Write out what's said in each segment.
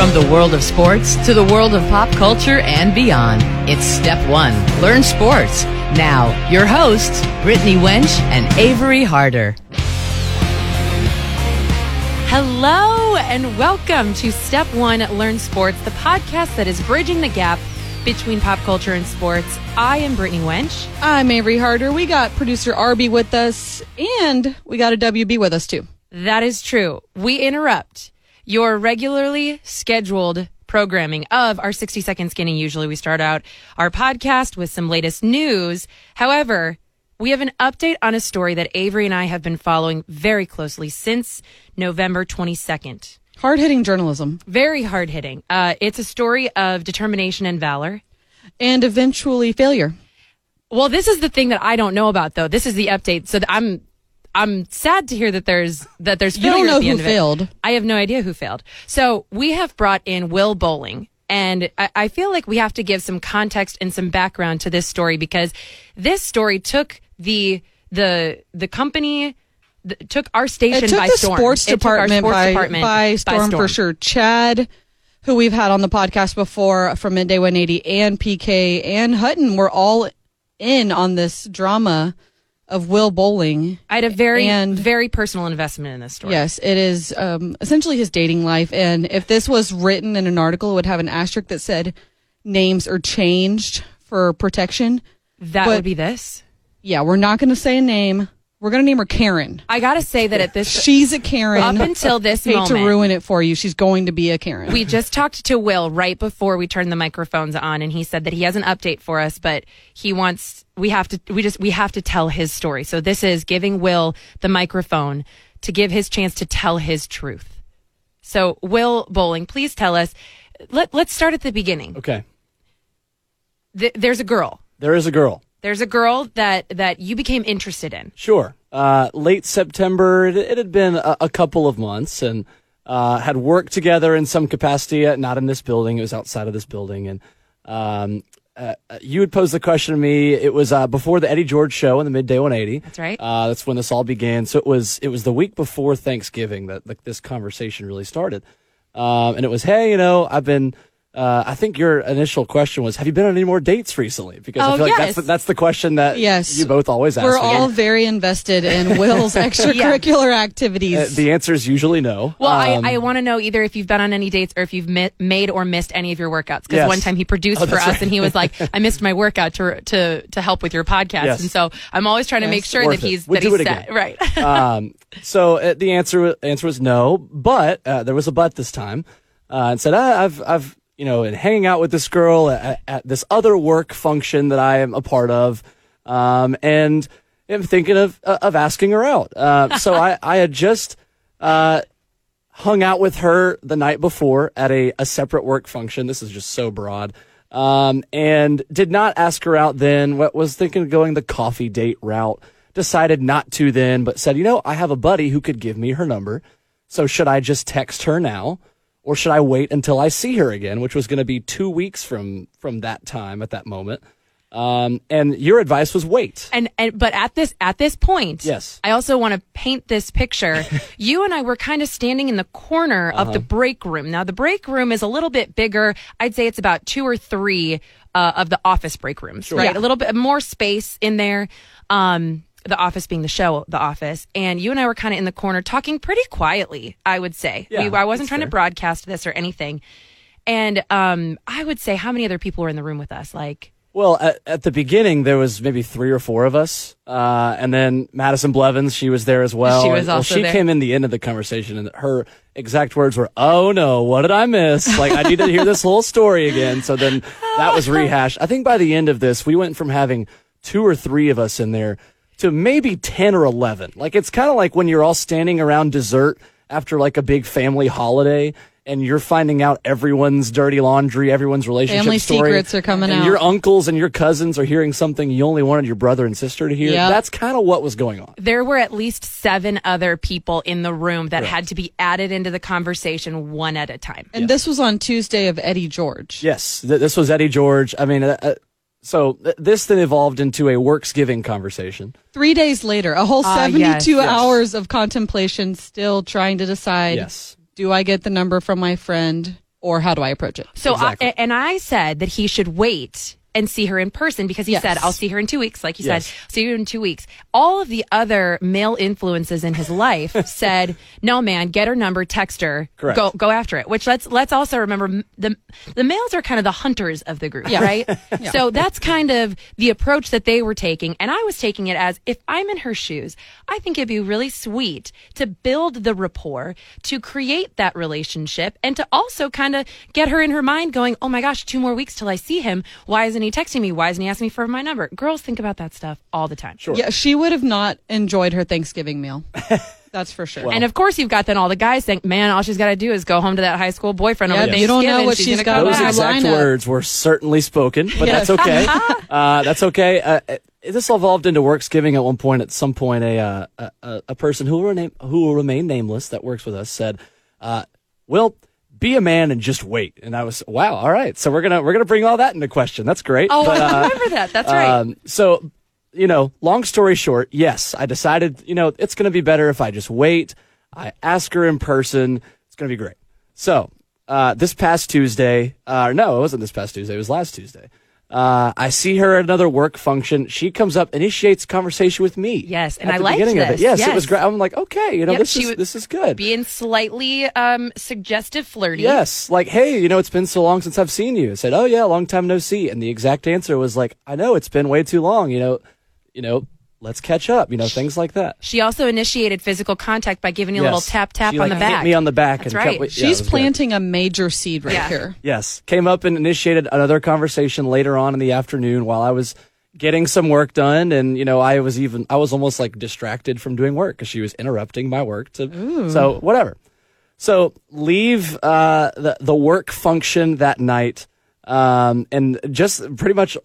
From the world of sports to the world of pop culture and beyond, it's Step One Learn Sports. Now, your hosts, Brittany Wench and Avery Harder. Hello, and welcome to Step One Learn Sports, the podcast that is bridging the gap between pop culture and sports. I am Brittany Wench. I'm Avery Harder. We got producer Arby with us, and we got a WB with us too. That is true. We interrupt your regularly scheduled programming of our 60 Second Skinny. Usually we start out our podcast with some latest news. However, we have an update on a story that Avery and I have been following very closely since November 22nd. Hard hitting journalism. Very hard hitting. Uh, it's a story of determination and valor. And eventually failure. Well, this is the thing that I don't know about though. This is the update. So th- I'm I'm sad to hear that there's that there's You don't failure at know the who end of it. failed. I have no idea who failed. So we have brought in Will Bowling, and I, I feel like we have to give some context and some background to this story because this story took the the the company th- took our station It took by the storm. sports, It took our department, sports by, department by, storm for sure. Chad, who we've had on the podcast before from Midday 180, and PK and Hutton were all in on this drama of Will Bowling. I had a very And- very personal investment in this story. Yes, it is um, essentially his dating life. And if this was written in an article, it would have an asterisk that said names are changed for protection. that but- would be this. Yeah, we're not going to say a name. We're going to name her Karen. I gotta say that at this She's a Karen. Up until this Hate moment. to ruin it for you. She's going to be a Karen. we just talked to Will right before we turned the microphones on, and he said that he has an update for us, but he wants we have to we just we have to tell his story. So this is giving Will the microphone to give his chance to tell his truth. So Will Bowling, please tell us. Let Let's start at the beginning. Okay. Th- there's a girl. There is a girl. There's a girl that that you became interested in. Sure. Uh, late September, it, it had been a, a couple of months and uh, had worked together in some capacity, uh, not in this building. It was outside of this building. And um, uh, uh, you had posed the question to me. It was uh, before the Eddie George show in the midday 180. That's right. Uh, that's when this all began. So it was it was the week before Thanksgiving that like this conversation really started. Um, and it was, hey, you know, I've been. Uh, I think your initial question was, "Have you been on any more dates recently?" Because Oh, I feel like yes. that's the, that's the question that Yes. you both always ask. We're me. all very invested in Will's extracurricular activities. Uh, the answer is usually no. Well, Um, I, I want to know either if you've been on any dates or if you've mi- made or missed any of your workouts. Because Yes. one time he produced Oh, for us that's right. and he was like, "I missed my workout to to to help with your podcast." Yes. And so I'm always trying to make sure that worth it. he's We'll that do he's it set. again. right. um, so uh, the answer wa- answer was no, but uh, there was a but this time, uh, and said ah, I've I've you know and hanging out with this girl at, at this other work function that I am a part of, um, and am thinking of uh, of asking her out. Uh, so I I had just. Uh, hung out with her the night before at a, a separate work function. This is just so broad. Um, and did not ask her out then. What was thinking of going the coffee date route. Decided not to then, but said, you know, I have a buddy who could give me her number. So should I just text her now? Or should I wait until I see her again, which was going to be two weeks from from that time at that moment? Um, and your advice was wait. and, and but at this at this point, Yes. I also want to paint this picture. you and I were kind of standing in the corner Uh-huh. of the break room. Now the break room is a little bit bigger. I'd say it's about two or three uh, of the office break rooms, right? A little bit more space in there. Um, the office being the show, the office, and you and I were kind of in the corner talking pretty quietly. I would say Yeah, we, I wasn't that's trying to fair. broadcast this or anything. And um, I would say, how many other people were in the room with us? Like Well, at, at the beginning, there was maybe three or four of us, uh, and then Madison Blevins, she was there as well. She was And- well, also she there. came in the end of the conversation, and her exact words were, "Oh no, what did I miss? Like I need to hear this whole story again." So then that was rehashed. I think by the end of this, we went from having two or three of us in there to maybe ten or eleven. Like it's kind of like when you're all standing around dessert after like a big family holiday. And you're finding out everyone's dirty laundry, everyone's relationship Family story. secrets are coming and out. Your uncles and your cousins are hearing something you only wanted your brother and sister to hear. Yeah. That's kind of what was going on. there were at least seven other people in the room that had to be added into the conversation one at a time. and this was on Tuesday of Eddie George. Yes, th- this was Eddie George. I mean, uh, uh, so th- this then evolved into a worksgiving conversation. Three days later, a whole Ah, 72 yes, yes. hours of contemplation, still trying to decide Yes. do I get the number from my friend? or how do I approach it? So, Exactly. I, and I said that he should wait and see her in person because he Yes. said, I'll see her in two weeks. Like you Yes. said, see you in two weeks. All of the other male influences in his life said, no, man, get her number, text her, Correct. go, go after it. Which let's, let's also remember m- the, the males are kind of the hunters of the group, Yeah. right? So that's kind of the approach that they were taking. And I was taking it as if I'm in her shoes, I think it'd be really sweet to build the rapport, to create that relationship, and to also kind of get her in her mind going, oh my gosh, two more weeks till I see him. Why isn't he texting me? Why isn't he asking me for my number? Girls think about that stuff all the time. Sure. Yeah, she would have not enjoyed her Thanksgiving meal. That's for sure. And of course, you've got then all the guys think, man, all she's got to do is go home to that high school boyfriend Yeah, over you don't know Thanksgiving. what she's gonna got come Oh, Those wow. back." exact Lineup. words were certainly spoken, but Yes. that's okay. uh, that's okay. Uh, uh, this evolved into Worksgiving at one point. At some point, a uh, a- a, a person who will, rename, who will remain nameless that works with us said, uh, "Will be a man and just wait." And I was, "Wow, all right." So we're gonna we're gonna bring all that into question. That's great. Oh, But, I uh, remember that. That's right. um, so, you know, long story short, yes, I decided, you know, it's going to be better if I just wait. I ask her in person. It's going to be great. So, uh, this past Tuesday, uh, no, it wasn't this past Tuesday. It was last Tuesday. Uh, I see her at another work function. She comes up, initiates conversation with me. Yes, and at I the liked beginning of it. this. Yes, it was Yes. great. I'm like, okay, you know, Yep, this she is would this is good. Being slightly um, suggestive, flirty. Yes, like, hey, you know, it's been so long since I've seen you. I said, oh yeah, long time no see. And the exact answer was like, I know it's been way too long. You know, you know, let's catch up. You know, things like that. She also initiated physical contact by giving you a little Yes. tap tap She, on like, the back. Hit me on the back. That's and kept- right. yeah, it She's was good. planting a major seed right Yeah. here. Yes, came up and initiated another conversation later on in the afternoon while I was getting some work done, and you know, I was even I was almost like distracted from doing work because she was interrupting my work. To, so whatever. So leave uh, the the work function that night, um, and just pretty much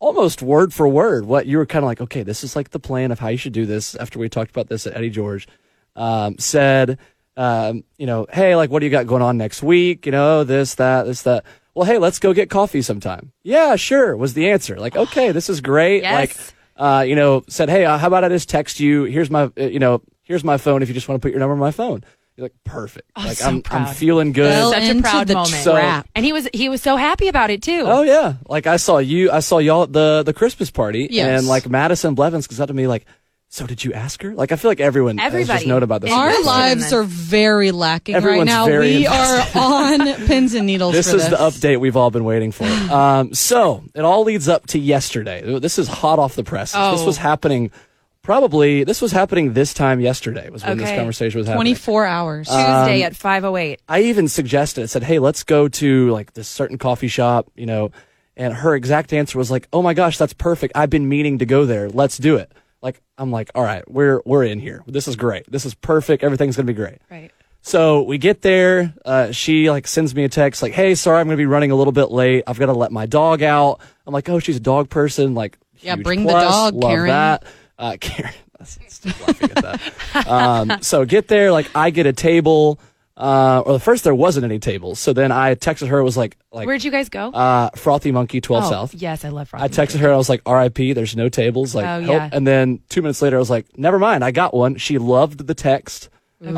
almost word for word what you were kind of like. Okay, this is like the plan of how you should do this. After we talked about this at Eddie George, um, said, um, you know, hey, like what do you got going on next week? You know, this, that, this, that. Well, hey, let's go get coffee sometime. Yeah, sure. Was the answer like okay? This is great. Oh, Yes. Like uh, you know, said, "Hey, uh, how about I just text you? Here's my, uh, you know, here's my phone. If you just want to put your number on my phone." You're like, "Perfect. like Oh, so I'm, I'm proud. feeling good." Well, Such a into proud the moment. So- trap. and he was he was so happy about it too. oh yeah, like I saw you, I saw y'all at the the Christmas party, Yes. and like Madison Blevins comes up to me like, "So did you ask her?like I feel like everyone has Everybody. just known about this. Our at Our this point. lives lives are very lacking right Everyone's now. very We are on pins and needles This for is the update we've all been waiting for. Um, so it all leads up to yesterday. This is hot off the press. This Oh. was happening. Probably this was happening this time yesterday was when this Okay. conversation was happening. 24 hours. Uh, Tuesday um, at five oh eight. I even suggested, I said, hey, let's go to like this certain coffee shop, you know. And her exact answer was like, oh my gosh, that's perfect. I've been meaning to go there. Let's do it. Like, I'm like, all right, we're, we're in here. This is great. This is perfect. Everything's going to be great. Right. So we get there. Uh, she like sends me a text like, hey, sorry, I'm going to be running a little bit late. I've got to let my dog out. I'm like, oh, she's a dog person. Like, Yeah, huge bring the plus. dog, Love Karen. That. Uh, Karen. That's still laughing at that. Um, so get there. Like, I get a table. Uh, or first there wasn't any tables. So then I texted her. It was like, like Where'd you guys go? uh, Frothy Monkey 12 oh, South. Yes, I love Frothy. I texted her. and I was like, "R.I.P. There's no tables." Like, Oh, help. yeah. and then two minutes later, I was like, "Never mind, I got one." She loved the text, uh,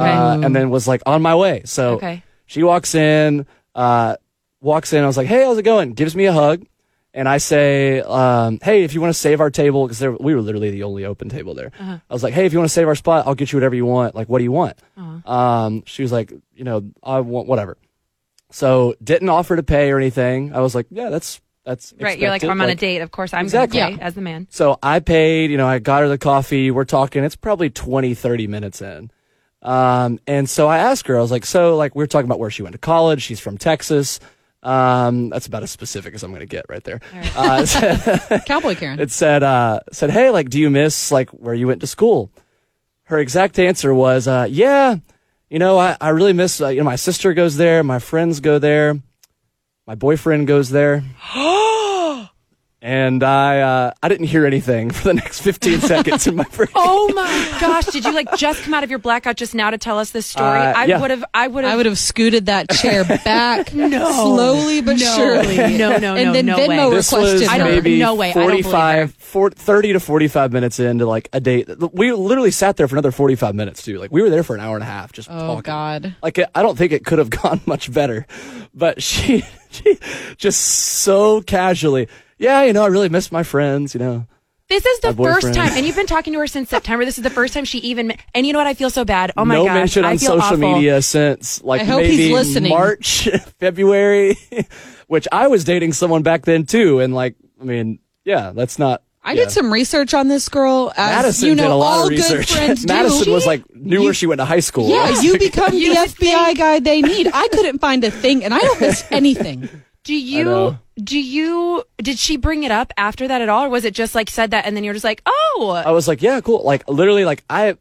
and then was like, "On my way." So Okay. she walks in, uh, walks in. I was like, "Hey, how's it going?" Gives me a hug, and I say, um, "Hey, if you want to save our table, because we were literally the only open table there." Uh-huh. I was like, "Hey, if you want to save our spot, I'll get you whatever you want. Like, what do you want?" Uh-huh. Um, she was like, "You know, I want whatever." So didn't offer to pay or anything. I was like, "Yeah, that's." That's right. You're like expected. I'm on a date. Of course I'm Exactly. gonna pay as the man. So I paid, you know, I got her the coffee. We're talking, it's probably 20, 30 minutes in. Um, and so I asked her, I was like, so like we are talking about where she went to college. She's from Texas. Um, that's about as specific as I'm going to get right there. Uh, Cowboy Karen. it said, uh, said, hey, like, do you miss like where you went to school? Her exact answer was, uh, yeah, you know, I, I really miss, uh, you know, my sister goes there. My friends go there. My boyfriend goes there. and I uh, I didn't hear anything for the next 15 seconds in my brain. Oh my gosh! Did you like just come out of your blackout just now to tell us this story? Uh, I yeah. would have. I would I have. would have scooted that chair back No. slowly but No. surely. No, no, and no, then no Venmo way. This requested was Oh, her. I don't- maybe no way, I don't believe 45, four- 30 to 45 minutes into like a date. We literally sat there for another 45 minutes too. Like we were there for an hour and a half just Oh, talking. God. Like I I don't think it could have gone much better, but she, she just so casually. Yeah, you know, I really miss my friends. You know, This is the My first boyfriend. time, and you've been talking to her since September. This is the first time she even. And you know what? I feel so bad. Oh my no gosh! mention I on feel social awful. media since like I hope he's maybe listening. March, February, which I was dating someone back then too, and like I mean, yeah, that's not. I yeah. did some research on this girl. As Madison you know, did a lot all of Good research. friends do. Madison was like knew You- where she went to high school. Yeah, you become You the would FBI guy they need. I couldn't find a thing, and I don't miss anything. Do you? know. Do you? Did she bring it up after that at all, or was it just like said that, and then you're just like, oh, I was like, yeah, cool. Like literally, like I,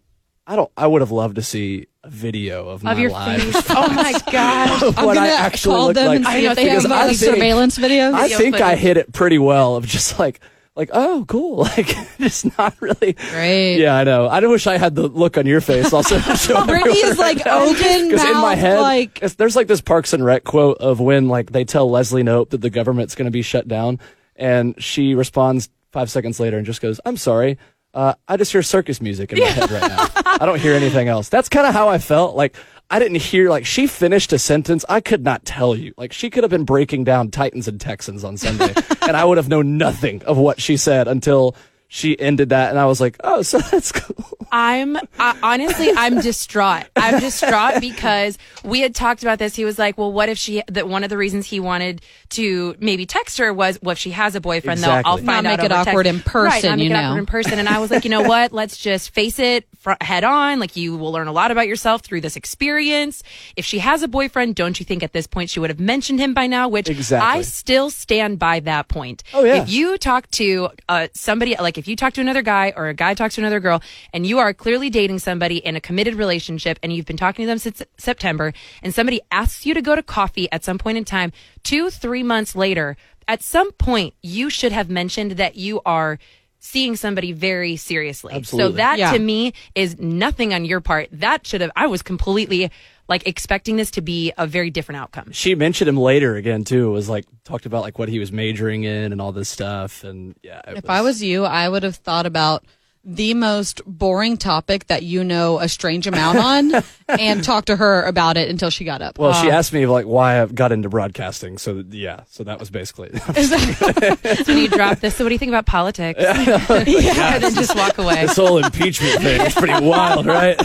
I don't. I would have loved to see a video of, my of your live face? oh my gosh! of I'm what I gonna actually call looked them like. and I see know, if they because have I any think- surveillance videos. I video think I footage. hit it pretty well of just like like oh cool like just not really Great. Yeah, I know. I wish I had the look on your face. Also, Brittany is like open because mouth, in my head, like it's- there's like this Parks and Rec quote of when like they tell Leslie Nope that the government's going to be shut down, and she responds five seconds later and just goes, "I'm sorry." Uh, I just hear circus music in my head right now. I don't hear anything else. That's kind of how I felt. Like I didn't hear. Like she finished a sentence. I could not tell you. Like she could have been breaking down Titans and Texans on Sunday, and I would have known nothing of what she said until she ended that. And I was like, "Oh, so that's cool." I'm I, honestly, I'm distraught. I'm distraught because we had talked about this. He was like, "Well, what if she?" That one of the reasons he wanted to maybe text her was, "Well, if she has a boyfriend, though, I'll Exactly. find Not out." make it over text." awkward in right? person, Not make you it know. awkward in person. And I was like, you know what? Let's just face it fr- head on. Like, you will learn a lot about yourself through this experience. If she has a boyfriend, don't you think at this point she would have mentioned him by now? Which I Exactly. still stand by that point. Oh, yeah. If you talk to uh, somebody, like if you talk to another guy or a guy talks to another girl, and you are clearly dating somebody in a committed relationship, and you've been talking to them since September, and somebody asks you to go to coffee at some point in time, two, three months later, at some point you should have mentioned that you are seeing somebody very seriously. So Absolutely. that Yeah. to me is nothing on your part. That should have. I was completely like expecting this to be a very different outcome. she mentioned him later again too. It was like talked about like what he was majoring in and all this stuff. And yeah, it If I was you, I would have thought about the most boring topic that you know a strange amount on and talked to her about it until she got up. well, she asked me like why I got into broadcasting. So that, yeah, so that was basically. So when you drop this, so what do you think about politics? and then just walk away. this whole impeachment thing is pretty wild, right?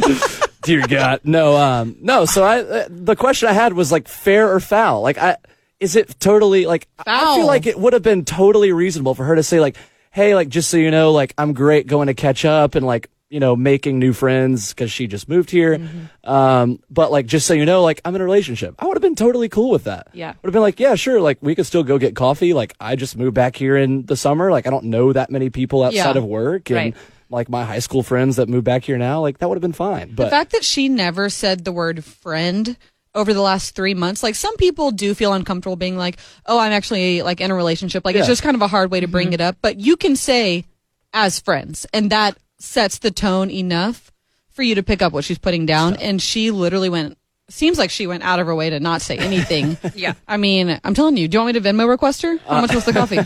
Dear God, no, um, no. So I, uh, the question I had was like fair or foul. Like, I is it totally like I Foul. feel like it would have been totally reasonable for her to say like, hey, like just so you know, like I'm great going to catch up and like you know making new friends because she just moved here. Um, but like just so you know, like I'm in a relationship. I would have been totally cool with that. Yeah. Would have been like, yeah, sure. Like we could still go get coffee. Like I just moved back here in the summer. Like I don't know that many people outside Yeah. of work and Right. like my high school friends that moved back here now, like that would have been fine. the But fact that she never said the word friend over the last three months, like some people do feel uncomfortable being like, oh, I'm actually like in a relationship. Like it's Yeah. Mm-hmm. just kind of a hard way to bring it up, but you can say as friends, and that sets the tone enough for you to pick up what she's putting down. And she literally went, seems like she went out of her way to not say anything. Yeah. I mean, I'm telling you, do you want me to Venmo request her? Uh, How much was the coffee?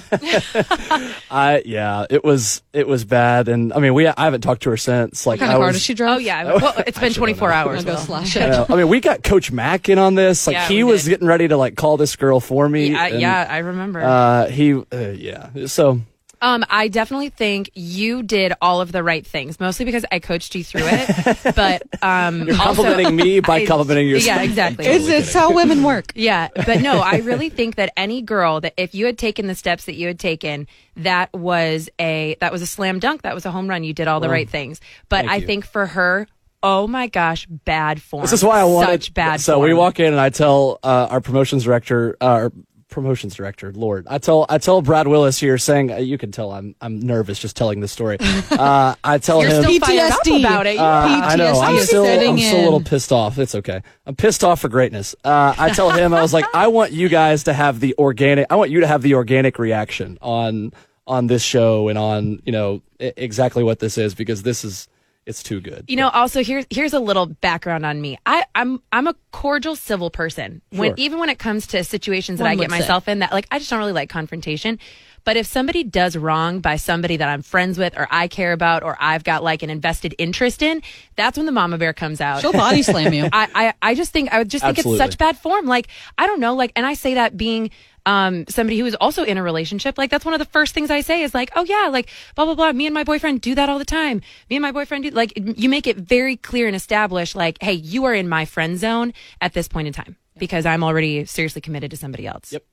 I, yeah, it was it was bad, and I mean, we I haven't talked to her since. Like, kind I of car was, does she Oh drive? yeah, well, it's been 24 I'll hours. go Will. slash I, it. know. I mean, we got Coach Mack in on this. Like, Yeah, he we was did. getting ready to like call this girl for me. Yeah, and, yeah, I remember. Uh, he, uh, yeah. So Um, I definitely think you did all of the right things, mostly because I coached you through it. but um, You're also- complimenting me by I- complimenting yourself. Yeah, exactly. It's, it's how women work. Yeah, but no, I really think that any girl that if you had taken the steps that you had taken, that was a that was a slam dunk, that was a home run. You did all the right things. But thank I you. think for her, oh my gosh, bad form. This is why I wanted. such bad. So we form. walk in and I tell uh, our promotions director, uh, our promotions director. Lord, I tell I tell Brad Willis here, saying uh, you can tell I'm I'm nervous just telling this story. Uh, I tell You're him still fired up PTSD. about it. uh, I know. I'm PTSD is still, setting I'm still a in. little pissed off. It's okay. I'm pissed off for greatness. Uh, I tell him, I was like, I want you guys to have the organic. I want you to have the organic reaction on on this show and on you know I- exactly what this is because this is it's too good. You know, also here's here's a little background on me. I, I'm I'm a cordial civil person. When Sure. even when it comes to situations that One I get would say. myself in that like I just don't really like confrontation. But if somebody does wrong by somebody that I'm friends with or I care about or I've got like an invested interest in, that's when the mama bear comes out. She'll body slam you. I, I, I just think I would just think Absolutely. it's such bad form. Like I don't know, like, and I say that being um somebody who is also in a relationship. Like that's one of the first things I say is like, oh yeah, like blah blah blah. Me and my boyfriend do that all the time. Me and my boyfriend do like it- you make it very clear and established. Like, hey, you are in my friend zone at this point in time because I'm already seriously committed to somebody else. Yep.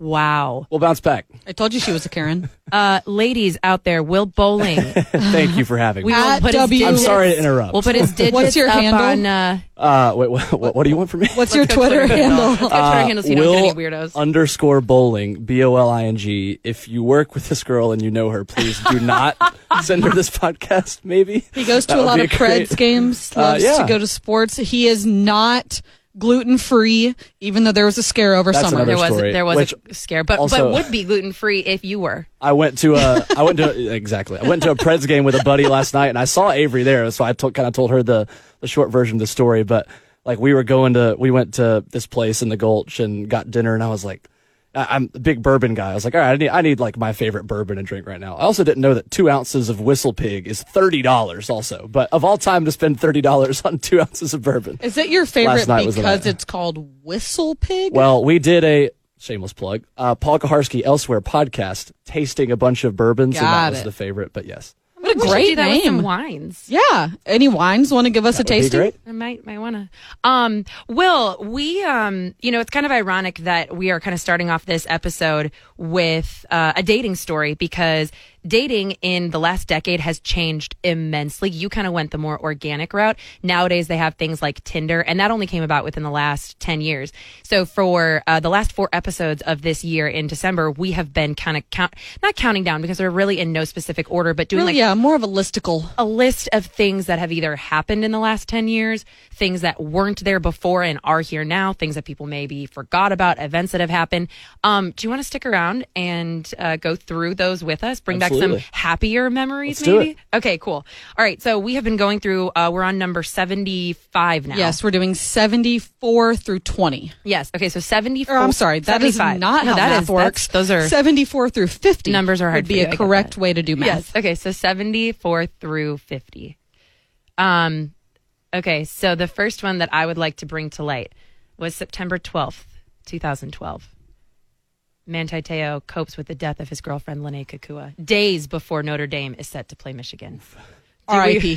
Wow. We'll bounce back. I told you she was a Karen. Uh, ladies out there, Will Bowling. Thank you for having me. We will At put his W- I'm digits- sorry to interrupt. We'll put his digits your up handle? on. Uh, Uh, wait, what, what, what do you want from me? What's your Twitter, handle? Let's go Twitter handle so you don't Uh, Will get any weirdos. underscore bowling b o l i n g. If you work with this girl and you know her, please do not send her this podcast. Maybe He goes to That a would lot be of great- Preds games, Uh, loves yeah. to go to sports. He is not gluten free, even though there was a scare over That's summer. another there was story, there was which a scare, but but also- would be gluten free if you were. I went to a I went to exactly I went to a Preds game with a buddy last night and I saw Avery there so I told kind of told her the the short version of the story but like we were going to we went to this place in the Gulch and got dinner and I was like I, I'm a big bourbon guy I was like all right I need I need like my favorite bourbon to drink right now I also didn't know that two ounces of Whistle Pig is thirty dollars also but of all time to spend thirty dollars on two ounces of bourbon Is it your favorite Last night was the because night. it's called Whistle Pig? Well, we did a shameless plug, uh, Paul Kaharski Elsewhere podcast, tasting a bunch of bourbons, and that Got was it. the favorite. But yes, what a We should great do that with some name. wines. Yeah. Any wines want to give us a Would be tasting? great. I might might want to. Um, Will we? Um, you know, it's kind of ironic that we are kind of starting off this episode with uh, a dating story because dating in the last decade has changed immensely. You kind of went the more organic route. Nowadays, they have things like Tinder, and that only came about within the last ten years. So for uh, the last four episodes of this year in December, we have been kind of count not counting down because they're really in no specific order, but doing Really, like yeah, more of a listicle. a list of things that have either happened in the last 10 years, things that weren't there before and are here now, things that people maybe forgot about, events that have happened. Um, do you want to stick around and uh, go through those with us? Bring Absolutely. back some happier memories, Let's do maybe? Okay, cool. All right, so we have been going through, uh, we're on number 75 now. Yes, we're doing 74 through 20. Yes. Okay, so 74. Or Oh, I'm sorry, that is 75. not Oh, No, how that math is- works. that's- Those are. 74 through 50. Numbers are Would hard for be you, I a get correct that. way to do math. Yes. Okay. So 74 through 50. Um, okay. So the first one that I would like to bring to light was September 12th, 2012. Manti Te'o copes with the death of his girlfriend, Lene Kakua, days before Notre Dame is set to play Michigan. R.I.P.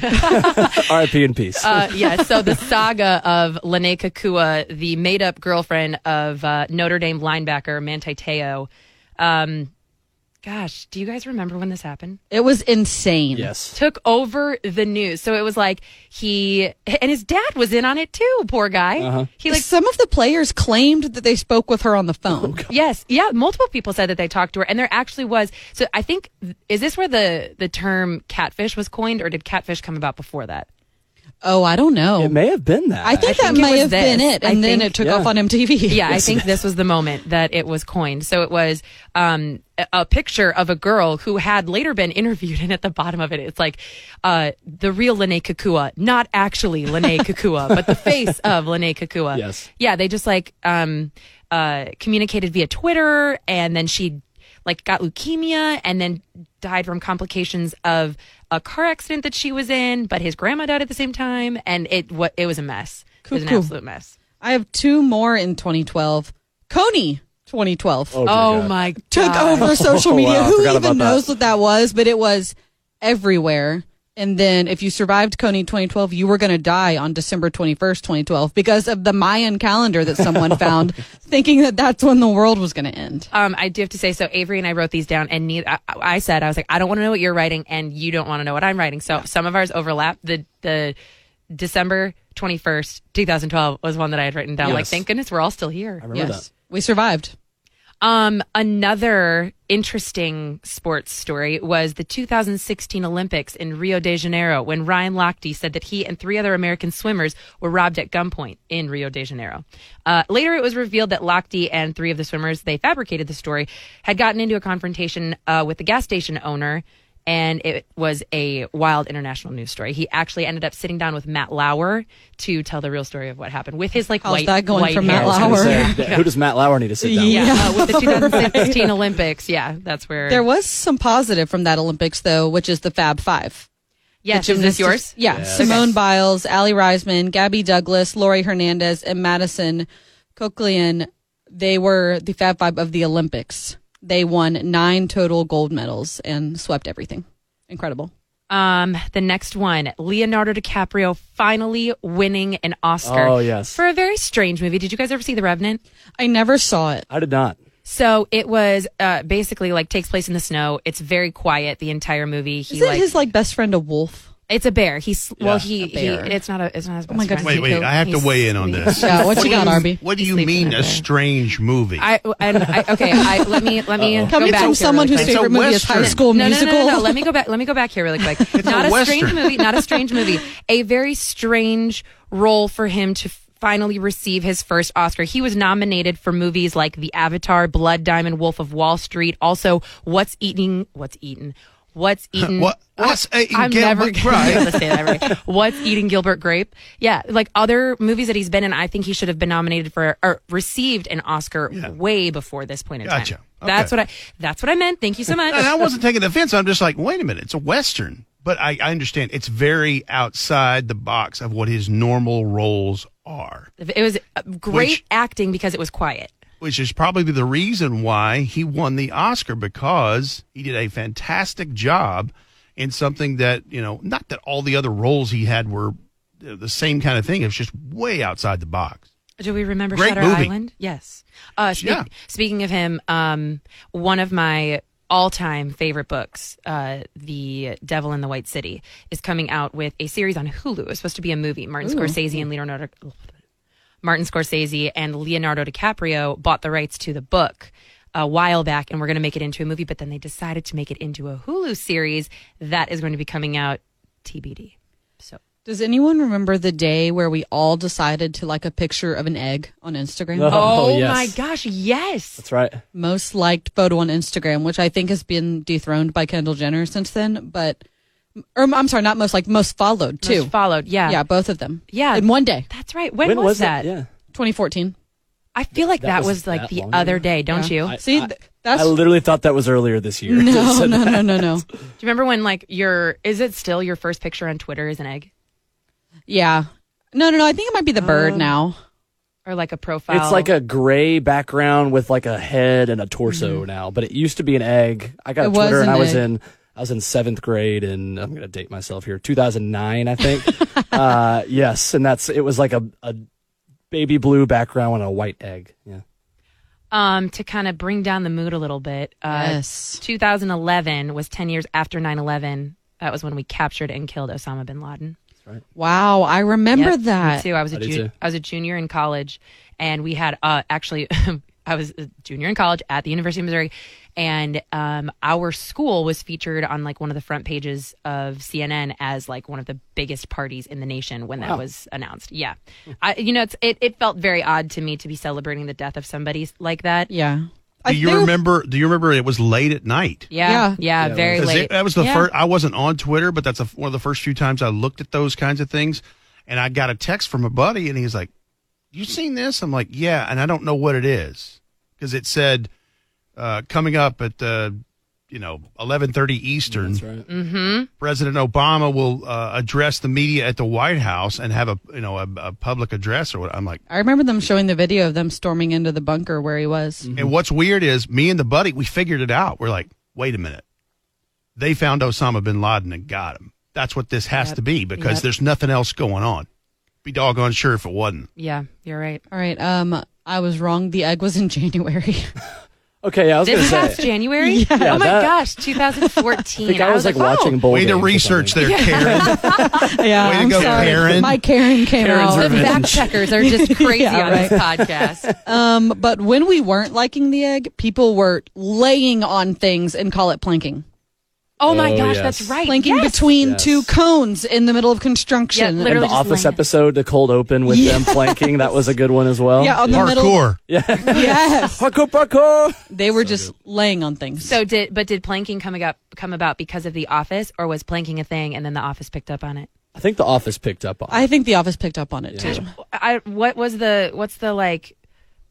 R.I.P. in peace. Uh, yeah, so the saga of Lene Kakua, the made up girlfriend of uh, Notre Dame linebacker Manti Te'o. Um, gosh, do you guys remember when this happened? it was insane. yes, took over the news. So it was like he and his dad was in on it too. Poor guy. He like Some of the players claimed that they spoke with her on the Oh, phone. yes, yeah. Multiple people said that they talked to her, and there actually was. So I think is this where the the term catfish was coined, or did catfish come about before that? Oh, I don't know. it may have been that. I think actually. that think it may was have been this. it, I and then think- it took Yeah. off on MTV. Yeah, I think this was the moment that it was coined. So it was um, a- a picture of a girl who had later been interviewed, and at the bottom of it, it's like uh, the real Lene Kakua, not actually Lene Kakua, but the face of Lene Kakua. Yes. Yeah, they just like um, uh, communicated via Twitter, and then she like got leukemia and then died from complications of a car accident that she was in. But his grandma died at the same time, and it what it was a mess. It was an Cuckoo. absolute mess. I have two more in 2012. Coney 2012 dear Oh God. my! took God. over social wow, media. I Who forgot about even that. knows what that was? But it was everywhere. And then if you survived Coney 2012, you were going to die on December 21st, 2012, because of the Mayan calendar that someone found, thinking that that's when the world was going to end. Um, I do have to say, so Avery and I wrote these down, and neither, I, I said I was like, I don't want to know what you're writing, and you don't want to know what I'm writing. So some of ours overlap. The the December 21st, 2012 was one that I had written down. Like, Yes. thank goodness we're all still here. I remember Yes. We survived. Um, another interesting sports story was the 2016 Olympics in Rio de Janeiro when Ryan Lochte said that he and three other American swimmers were robbed at gunpoint in Rio de Janeiro. Uh, later, it was revealed that Lochte and three of the swimmers, they fabricated the story, had gotten into a confrontation uh, with the gas station owner and it was a wild international news story. He actually ended up sitting down with Matt Lauer to tell the real story of what happened with his like How's white that going white for hair. Matt I was gonna Lauer? say, th- Who does Matt Lauer need to sit down Yeah, with? uh, with the 2016 Olympics. Yeah, that's where. There was some positive from that Olympics, though, which is the Fab Five. yes, is this yours? Yeah. Simone Biles, Ali Reisman, Gabby Douglas, Lori Hernandez, and Madison Coquelin. They were the Fab Five of the Olympics. They won nine total gold medals and swept everything. Incredible. Um, the next one, Leonardo DiCaprio finally winning an Oscar. Oh, yes. for a very strange movie. Did you guys ever see The Revenant? I never saw it. I did not. So it was uh, basically like takes place in the snow. It's very quiet the entire movie. He Isn't like his like best friend a wolf? it's a bear. He's well Yeah. he, A bear. he it's not a it's not his best my God, friend. does Wait, he wait. go- I have to He's weigh in on sleeping. this. Yeah, what you got, Arby? What do you Sleeping in mean the a bed. strange movie? I and I, okay. I let me let me go Coming back from here someone really whose It's quick. a favorite movie is High Western. School no, no, Musical. No, no, no, Let me go back. Let me go back here really quick. not a a, strange Western. movie. Not a strange movie. A very strange role for him to finally receive his first Oscar. He was nominated for movies like The Avatar, Blood Diamond, Wolf of Wall Street. Also, What's Eating? What's Eating? What's eating? What- What's uh, Eating I'm Gilbert never gonna be able to say that right. What's eating Gilbert Grape? Yeah, like other movies that he's been in. I think he should have been nominated for or received an Oscar way before this point in Gotcha. time. That's Okay. what I. That's what I meant. Thank you so much. and I wasn't taking offense. I'm just like, wait a minute, it's a western. But I, I understand it's very outside the box of what his normal roles are, It was uh, great Which- acting because it was quiet. which is probably the reason why he won the Oscar because he did a fantastic job in something that you know, not that all the other roles he had were uh, the same kind of thing. It's just way outside the box. Do we remember Great Shutter movie. Island? Yes. Uh, speak, Yeah. Speaking of him, um, one of my all-time favorite books, uh, "The Devil in the White City," is coming out with a series on Hulu. It's supposed to be a movie. Martin Scorsese and Leonardo. Martin Scorsese and Leonardo DiCaprio bought the rights to the book a while back and we're going to make it into a movie, but then they decided to make it into a Hulu series that is going to be coming out TBD. So Does anyone remember the day where we all decided to like a picture of an egg on Instagram? Oh, yes. my gosh, yes. That's right. most liked photo on Instagram, which I think has been dethroned by Kendall Jenner since then. But, or I'm sorry, not most liked, most followed too. Most followed, yeah. yeah, both of them. Yeah. in one day, That's right. When, when was, was it? that? Yeah. 2014. I feel like that, That was, was like that the long other ago. day, don't you? I- See, I- th- that's Oh, I literally thought that was earlier this year. no, no, no, no, no. Do you remember when like your is it still your first picture on Twitter is an egg Yeah, no, no, no. I think it might be the Oh. bird now. or like a profile? It's like a gray background with like a head and a torso now, but it used to be an egg. I got Mm-hmm. It a was Twitter and an I was egg. in I was in seventh grade and I'm gonna date myself here, 2009 I think. uh, yes, and that's it was like a, a baby blue background and a white egg. Yeah, um to kind of bring down the mood a little bit. Uh, Yes. 2011 was 10 years after 9/11. That was when we captured and killed Osama bin Laden. Wow, I remember Yep, me that. too. I was a I do ju- too. I was a junior in college, and we had uh, actually I was a junior in college at the University of Missouri, and um, our school was featured on like one of the front pages of CNN as like one of the biggest parties in the nation when that was announced. Yeah, I, you know it's, it it felt very odd to me to be celebrating the death of somebody like that. Yeah, Yeah. I Do you there- remember? Do you remember? It was late at night. yeah, Yeah. very Because late. it- that was the Yeah. first. I wasn't on Twitter, but that's a, one of the first few times I looked at those kinds of things. And I got a text from a buddy, and he's like, "You seen this?" I'm like, "Yeah," and I don't know what it is because it said uh, coming up at the you know 11:30 Eastern. Mm. right. President Obama will uh, address the media at the White House and have a you know a, a public address or what. I'm like, I remember them showing the video of them storming into the bunker where he was. And what's weird is me and the buddy, we figured it out. We're like, wait a minute. They found Osama bin Laden and got him. That's what this has to be because there's nothing else going on. Be doggone sure if it wasn't. yeah, you're right. All right. Um, I was wrong. The egg was in January. Okay, yeah, I was going to This say. past January? Yeah, oh my that- gosh, 2014. I think I was like oh, "Oh." watching bowl Way to games or research something. there, Karen. Yeah, Way to I'm go, sorry. Karen. My Karen came Karen's out. The revenge. fact checkers are just crazy Yeah, on this podcast. Um, but when we weren't liking the egg, people were laying on things and call it planking. Oh my Oh, gosh, yes. that's right. Planking Yes. between Yes. two cones in the middle of construction. Yeah, And literally the just office laying it. episode, the cold open with them planking, that was a good one as well. Yeah, on the middle. Parkour. Yes, Parkour, parkour. they were just laying on things. So did but did planking come up come about because of the office or was planking a thing and then the office picked up on it? I think the office picked up on. it. I think the office picked up on it too. I what was the what's the like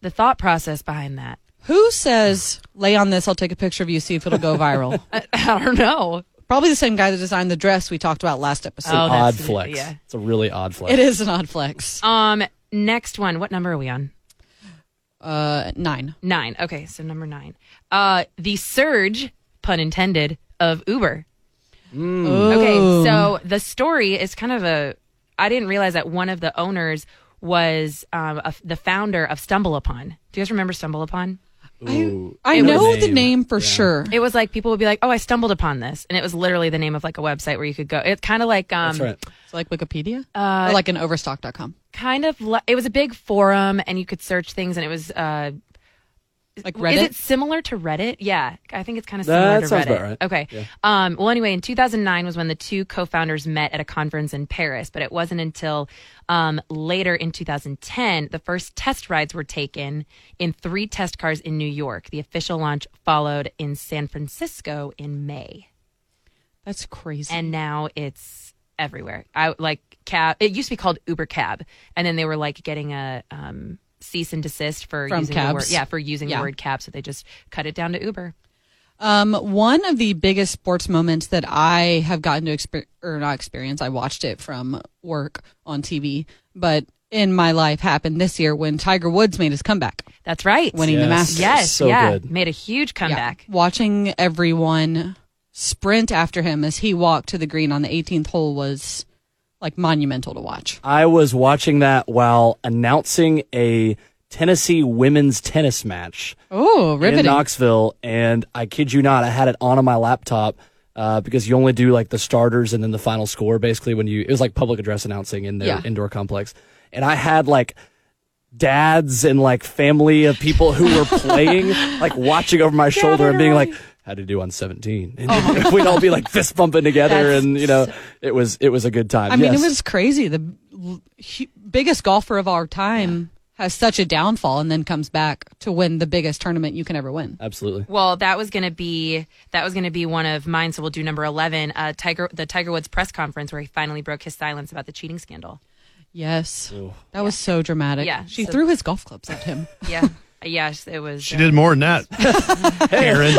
the thought process behind that? Who says lay on this? I'll take a picture of you, see if it'll go viral. I, I don't know. Probably the same guy that designed the dress we talked about last episode. Oh, odd that's- flex. yeah. It's a really odd flex. It is an odd flex. Um next one, what number are we on? Uh, nine. 9. Okay, so number 9. Uh the surge, pun intended, of Uber. Hmm. Okay, so the story is kind of a. I didn't realize that one of the owners was um, a, the founder of Stumble Upon. Do you guys remember Stumble Upon? Ooh. I It was- know the name for sure. It was like people would be like, "Oh, I stumbled upon this," and it was literally the name of like a website where you could go. It's kind of like um, That's right. It's like Wikipedia, uh, or like an Overstock.com, kind of li- it was a big forum, and you could search things, and it was. Uh, like Is Reddit. it similar to Reddit? Yeah, I think it's kind of That similar to sounds Reddit. about right. Okay. Um, well, anyway, in 2009 was when the two co-founders met at a conference in Paris, but it wasn't until um, later in 2010 the first test rides were taken in three test cars in New York. The official launch followed in San Francisco in May, That's crazy. and now it's everywhere. I like cab. It used to be called Uber Cab, and then they were like getting a. Um, cease and desist for From using the word cabs? yeah for using Yeah. the word cab so they just cut it down to uber Um, one of the biggest sports moments that I have gotten to experience, or not experience, I watched it from work on TV, but in my life happened this year when Tiger Woods made his comeback, That's right. winning the Yes. Masters. Yes. So yeah. good. Made a huge Yeah. comeback. Watching everyone sprint after him as he walked to the green on the 18th hole was like monumental to watch. I was watching that while announcing a Tennessee women's tennis match Oh, in riveting. Knoxville, and I kid you not, I had it on on my laptop. Uh, because you only do like the starters and then the final score basically when you it was like public address announcing in their Yeah. indoor complex and i had like dads and like family of people who were playing like watching over my shoulder and being like how'd you do on 17 and Oh we'd all be like fist bumping together That's and you know it was it was a good time I mean, Yes. it was crazy. The l- hu- biggest golfer of our time has such a downfall and then comes back to win the biggest tournament you can ever win. absolutely Well, that was going to be that was going to be one of mine. So we'll do number eleven. Uh, Tiger, the Tiger Woods press conference where he finally broke his silence about the cheating scandal. Yes. That was so dramatic. Yeah, She so- threw his golf clubs at him. Yeah. yes, it was. She uh, did more than that, Karen.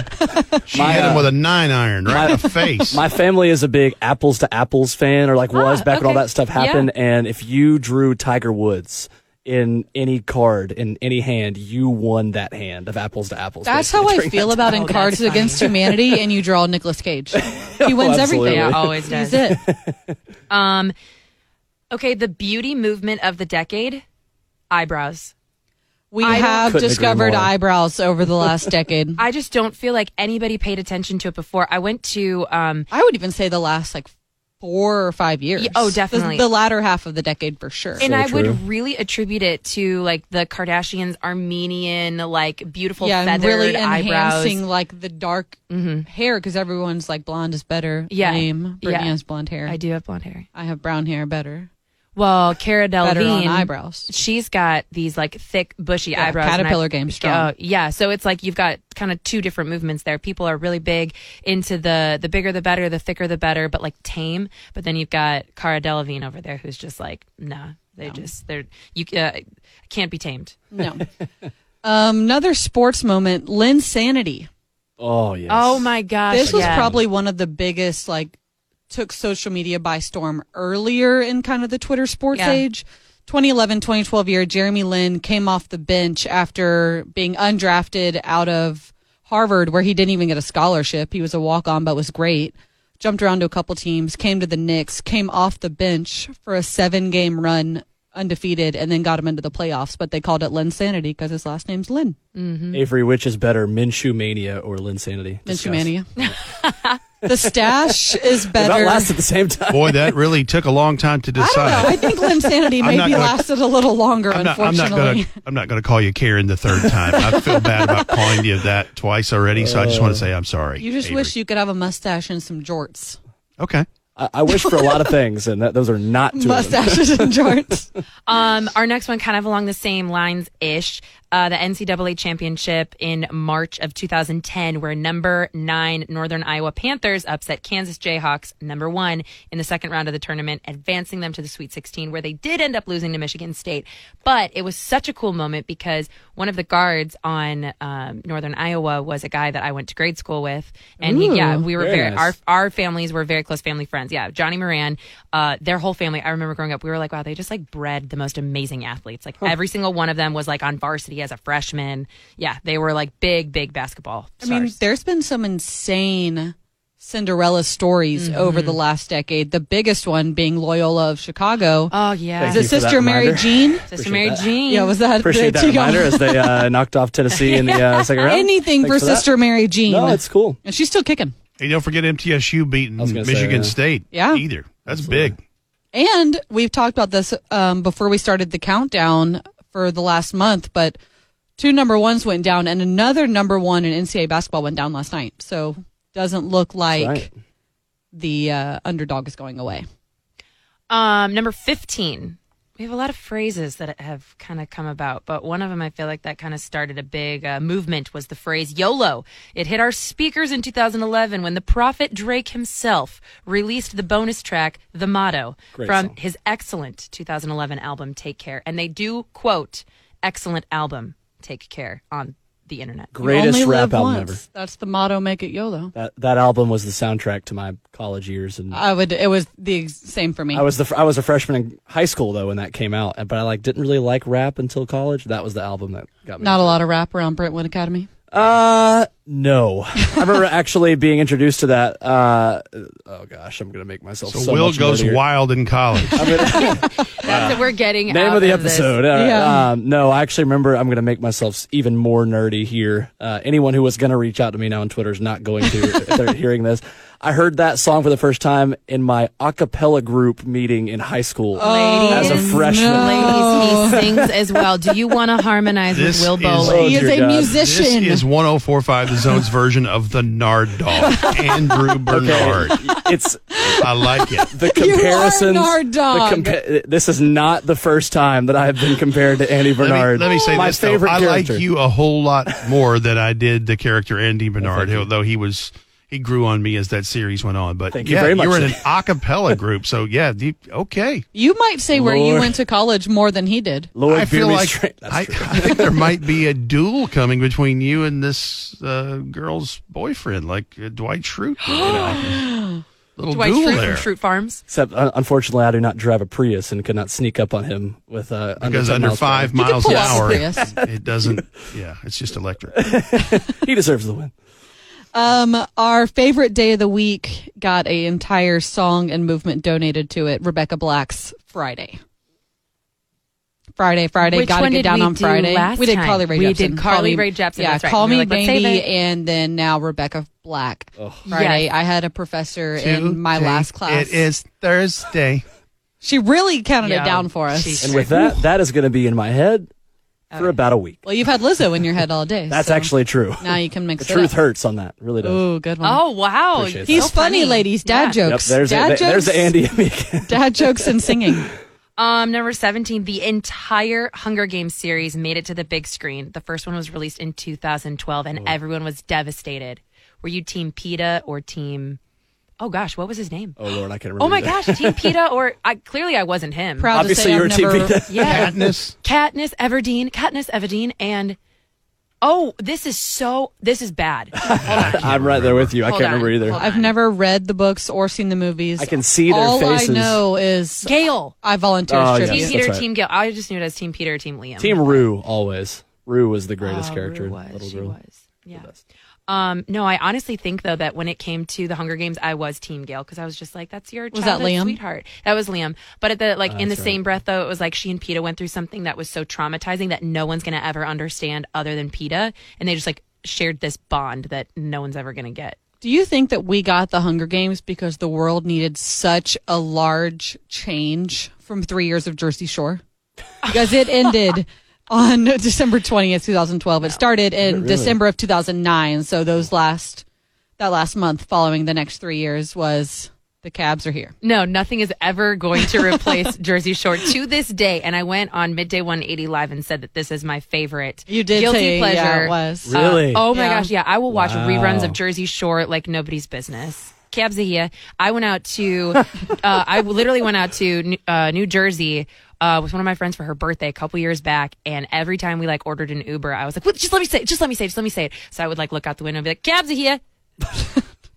She My, hit him uh, with a nine iron right in the face. My family is a big apples to apples fan, or like Ah, was back when all okay. that stuff happened. And if you drew Tiger Woods in any card in any hand, you won that hand of apples to apples. That's basically, how I during feel that about Oh, in that's Cards funny. Against Humanity and you draw Nicolas Cage. He wins everything. Oh, absolutely. Yeah, always He's does. it. Um, okay, the beauty movement of the decade, eyebrows. We I don't- have Couldn't agree discovered more. eyebrows over the last decade. I just don't feel like anybody paid attention to it before. I went to um, I would even say the last like four or five years. Yeah, oh, The- definitely. The, latter half of the decade for sure. and So I true. would really attribute it to like the Kardashians' Armenian, like beautiful yeah, and feathered really eyebrows. Mm-hmm. enhancing like the dark hair because everyone's like blonde is better. Yeah. Lame. Brittany Yeah. has blonde hair. I I, do have blonde hair. have brown hair better. Well, Cara Better on Delevingne, eyebrows. she's got these like thick, bushy eyebrows. and I- caterpillar game strong. Uh, yeah, so it's like you've got kind of two different movements there. People are really big into the the bigger the better, the thicker the better, but like tame. But then you've got Cara Delevingne over there, who's just like, nah, they just they're you uh, can't be tamed. No. um, another sports moment, Lynn Sanity. Oh yes. Oh my gosh, This was yeah. probably one of the biggest, like, took social media by storm earlier in kind of the Twitter sports Yeah. age. 2011, 2012 year, Jeremy Lin came off the bench after being undrafted out of Harvard, where he didn't even get a scholarship. He was a walk on, but was great. Jumped around to a couple teams, came to the Knicks, came off the bench for a seven game run undefeated and then got him into the playoffs, but they called it Lynn Sanity because his last name's Lynn. Mm-hmm. Avery, which is better, Minshew Mania or Lynn Sanity? Discuss. Minshewmania. the stash is They better. About last at the same time. Boy, that really took a long time to I don't know. I decide. think Lim Sanity I'm maybe not gonna- lasted a little longer, I'm not, I'm not unfortunately. gonna. I'm not gonna call you Karen the third time. I feel bad about calling you that twice already. So I just want to say I'm sorry. Uh, You just wish you could have a mustache and some jorts. Okay. I, I wish for a lot of things, and that, those are not two of them. Mustaches and jorts. Um, our next one, kind of along the same lines ish, uh, the NCAA championship in March of 2010, where number nine Northern Iowa Panthers upset Kansas Jayhawks, number one, in the second round of the tournament, advancing them to the Sweet 16, where they did end up losing to Michigan State. But it was such a cool moment because one of the guards on um, Northern Iowa was a guy that I went to grade school with, and he, yeah, we were very very nice. our our families were very close family friends. Yeah, Johnny Moran, uh, their whole family. I remember growing up, we were like, wow, they just like bred the most amazing athletes. Like every single one of them was like on varsity as a freshman. Yeah, they were like big, big basketball I mean, stars. there's been some insane Cinderella stories Mm-hmm. over the last decade. The biggest one being Loyola of Chicago. oh yeah, Thank the you for that sister Mary reminder. Jean. Sister Mary that. Jean. Yeah, was that the- Appreciate that she got- reminder as they uh, knocked off Tennessee in the uh, second round. Anything Thanks for, that. Sister Mary Jean. No, it's cool. and she's still kicking. Hey, don't forget MTSU beating was gonna say, Michigan yeah. State. Yeah. Either. That's big. And we've talked about this um, before we started the countdown for the last month, but two number ones went down, and another number one in NCAA basketball went down last night. So doesn't look like right. the uh, underdog is going away. Um, number 15. We have a lot of phrases that have kind of come about, but one of them I feel like that kind of started a big uh, movement was the phrase YOLO. It hit our speakers in 2011 when the prophet Drake himself released the bonus track The Motto Great from song. his excellent 2011 album Take Care. And they do quote, excellent album, Take Care on the internet. Greatest Only rap live album once. ever. That's the motto. Make it YOLO. That that album was the soundtrack to my college years, and I would. It was the ex- same for me. I was the fr- I was a freshman in high school though when that came out, and- but I like didn't really like rap until college. That was the album that got me. Not a lot of rap around Brentwood Academy. Uh, no. I remember actually being introduced to that. Uh, oh gosh, I'm gonna make myself So, so, Will much goes nerdier. wild in college. That's what we're getting Name out of the this. episode. All right. Yeah. Um, no, I actually remember. I'm going to make myself s- even more nerdy here. Uh, anyone who was going to reach out to me now on Twitter is not going to. if they're hearing this. I heard that song for the first time in my a cappella group meeting in high school Oh. as a Ladies, freshman. Ladies, he sings as well. Do you want to harmonize This with Will is- Bowling? Oh, he is dear a God. This musician. is 1045 The Zone's version of the Nard Dog, Andrew Bernard. It's I like it. the comparisons. our dog. the compa- this is not the first time that I have been compared to Andy Let me, Bernard. let me say my this, though. favorite I character. like you a whole lot more than I did the character Andy Bernard, who, though he was. He grew on me as that series went on, but Thank you yeah, very much. were in an a cappella group, so yeah, you- okay. you might say where you Lord. went to college more than he did. Lloyd I feel Beerley's like tra- That's I, I true. think there might be a duel coming between you and this uh, girl's boyfriend, like uh, Dwight Schrute. you know. Little Dwight duel Schrute there. from Schrute Farms. Except, uh, unfortunately, I do not drive a Prius and could not sneak up on him with uh, because 10 under miles per hour. five miles an pull off a hour, Prius. it doesn't. Yeah, it's just electric. he deserves the win. Um, our favorite day of the week got a entire song and movement donated to it. Rebecca Black's Friday. Friday, Friday, Which gotta one get did down we on do Friday. last we did time? Carly Rae We Jepsen. did Carly Rae Jepsen, Yeah, that's right. Call We were Me like, let's save Baby, it. and then now Rebecca Black. Oh. Friday. I had a professor in my Two, last three. class. It is Thursday. She really counted Yeah. it down for us. She's- And with that, that is going to be in my head for about a week. well, you've had Lizzo in your head all day. That's so actually true. now you can mix The it truth up. hurts on that. Really does. Ooh, good one. Oh wow, Appreciate He's so funny, ladies. Dad Yeah. Yep, jokes. there's dad the, jokes. there's the Andy and me again. Dad jokes and singing. Um, number seventeen, the entire Hunger Games series made it to the big screen. The first one was released in 2012, and everyone was devastated. Were you Team PETA or Team? Oh gosh, what was his name? Oh Lord, I can't remember. Oh my either. gosh, Team PETA or I clearly I wasn't him. Proud Obviously, to say you're a I've TV. never yeah, Katniss. Katniss Everdeen, Katniss Everdeen, and oh, this is so this is bad. I'm right there with you. I Hold can't on, remember either. hold I've never read the books or seen the movies. I can see their All faces. I know is Gail. I volunteer Oh, as yes. Team That's tribute. Peter, right. Team Gil. I just knew it as Team Peter, Team Liam. Team Rue always. Oh, Rue was the greatest Uh, character. Rue in was, Little she Girl. was. Yeah. best. Um, no, I honestly think though that when it came to the Hunger Games, I was Team Gail because I was just like, "That's your Was that childhood Liam? sweetheart." That was Liam. But at the like in the Ah, that's same breath though, it was like she and Peta went through something that was so traumatizing that no one's gonna ever understand other than Peta, and they just like shared this bond that no one's ever gonna get. Do you think that we got the Hunger Games because the world needed such a large change from three years of Jersey Shore? Because it ended on December 20th, 2012. It started in December of 2009. So those last, that last month following the next three years was the cabs are here. No, nothing is ever going to replace Jersey Shore to this day. And I went on Midday 180 Live and said that this is my favorite You did guilty say, pleasure. yeah, it was. Uh, Really? oh my Yeah. gosh, yeah. I will watch Wow. reruns of Jersey Shore like nobody's business. Cab Zahia. I went out to, uh, I literally went out to uh, New Jersey uh, with one of my friends for her birthday a couple years back. And every time we like ordered an Uber, I was like, "Wait, just let me say it, just let me say it, just let me say it. So I would like look out the window and be like, Cab Zahia.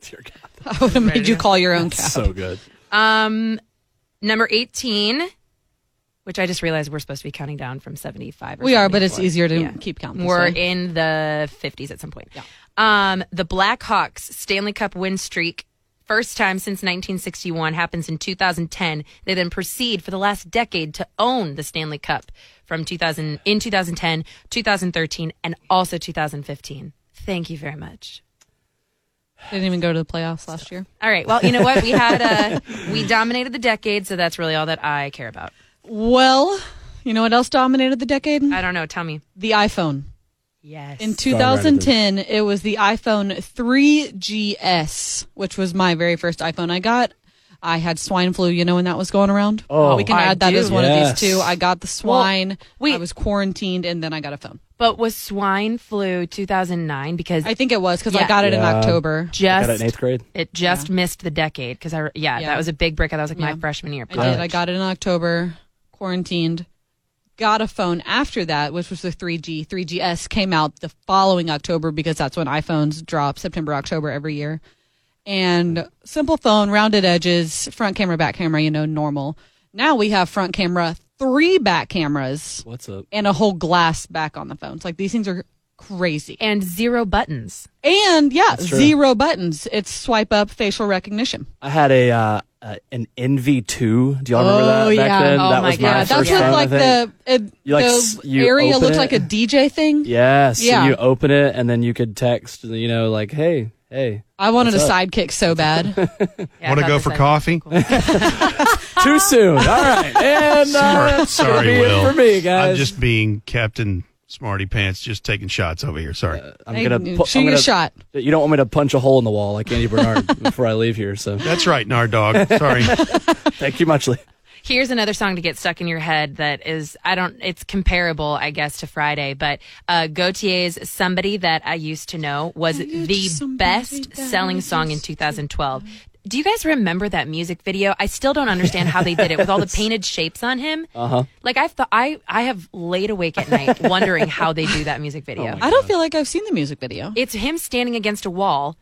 Dear God, I would have made you call your own cab. so good. Number 18, which I just realized we're supposed to be counting down from 75 or We are, but it's 74. easier to keep count. this We're way. in the 50s at some point. Um, the Blackhawks Stanley Cup win streak, first time since 1961, happens in 2010. They then proceed for the last decade to own the Stanley Cup from 2000 in 2010, 2013, and also 2015. Thank you very much. Didn't even go to the playoffs last year. All right. Well, you know what? We had uh, we dominated the decade, so that's really all that I care about. Well, you know what else dominated the decade? I don't know. Tell me. The iPhone. Yes. In 2010, it was the iPhone 3GS, which was my very first iPhone I got. I had swine flu, you know, when that was going around. Oh, we can I add that do. as one of Yes. these two. I got the swine. wait. I was quarantined, and then I got a phone. but was swine flu 2009 because I think it was because Yeah. I got it in Yeah. October. I just got it in eighth grade. It just missed the decade because I re- yeah, Yeah. that was a big breakout. That was like my Yeah. freshman year. I did. I got it in October. Quarantined. Got a phone after that, which was the 3G. 3GS came out the following October because that's when iPhones drop September, October every year. And simple phone, rounded edges, front camera, back camera, you know, normal. Now we have front camera, three back cameras, What's up? and a whole glass back on the phones. Like these things are crazy. and zero buttons. And yeah, true. zero buttons. It's swipe up facial recognition. I had a uh, uh, an NV2. Do y'all remember Oh, that back yeah. then? Oh, that my was God. my Yeah, Yeah, first that's phone, what I like think. the uh, You, like, s- the you area open looked it. like a DJ thing. Yes. and Yeah. you open it and then you could text, you know, like, hey, hey. I wanted a sidekick so bad. Yeah, I Want to thought go this for idea- coffee? Too soon. All right. And uh, Sorry, that's gonna sorry, be it Will. for me, guys. I'm just being Captain Smarty Pants, just taking shots over here. Sorry. I'm gonna Hey, pu- shoot I'm your gonna- shot. You don't want me to punch a hole in the wall like Andy Bernard before I leave here. So That's right, Nard Dog. Sorry. thank you much. Lee. Here's another song to get stuck in your head that is I don't it's comparable I guess to Friday, but uh, Gautier's "Somebody That I Used to Know" was the somebody best that I selling song in used to 2012. Do you guys remember that music video? I still don't understand how they did it with all the painted shapes on him. Uh-huh. Like I've thought I I have laid awake at night wondering how they do that music video. I don't feel like I've seen the music video. It's him standing against a wall,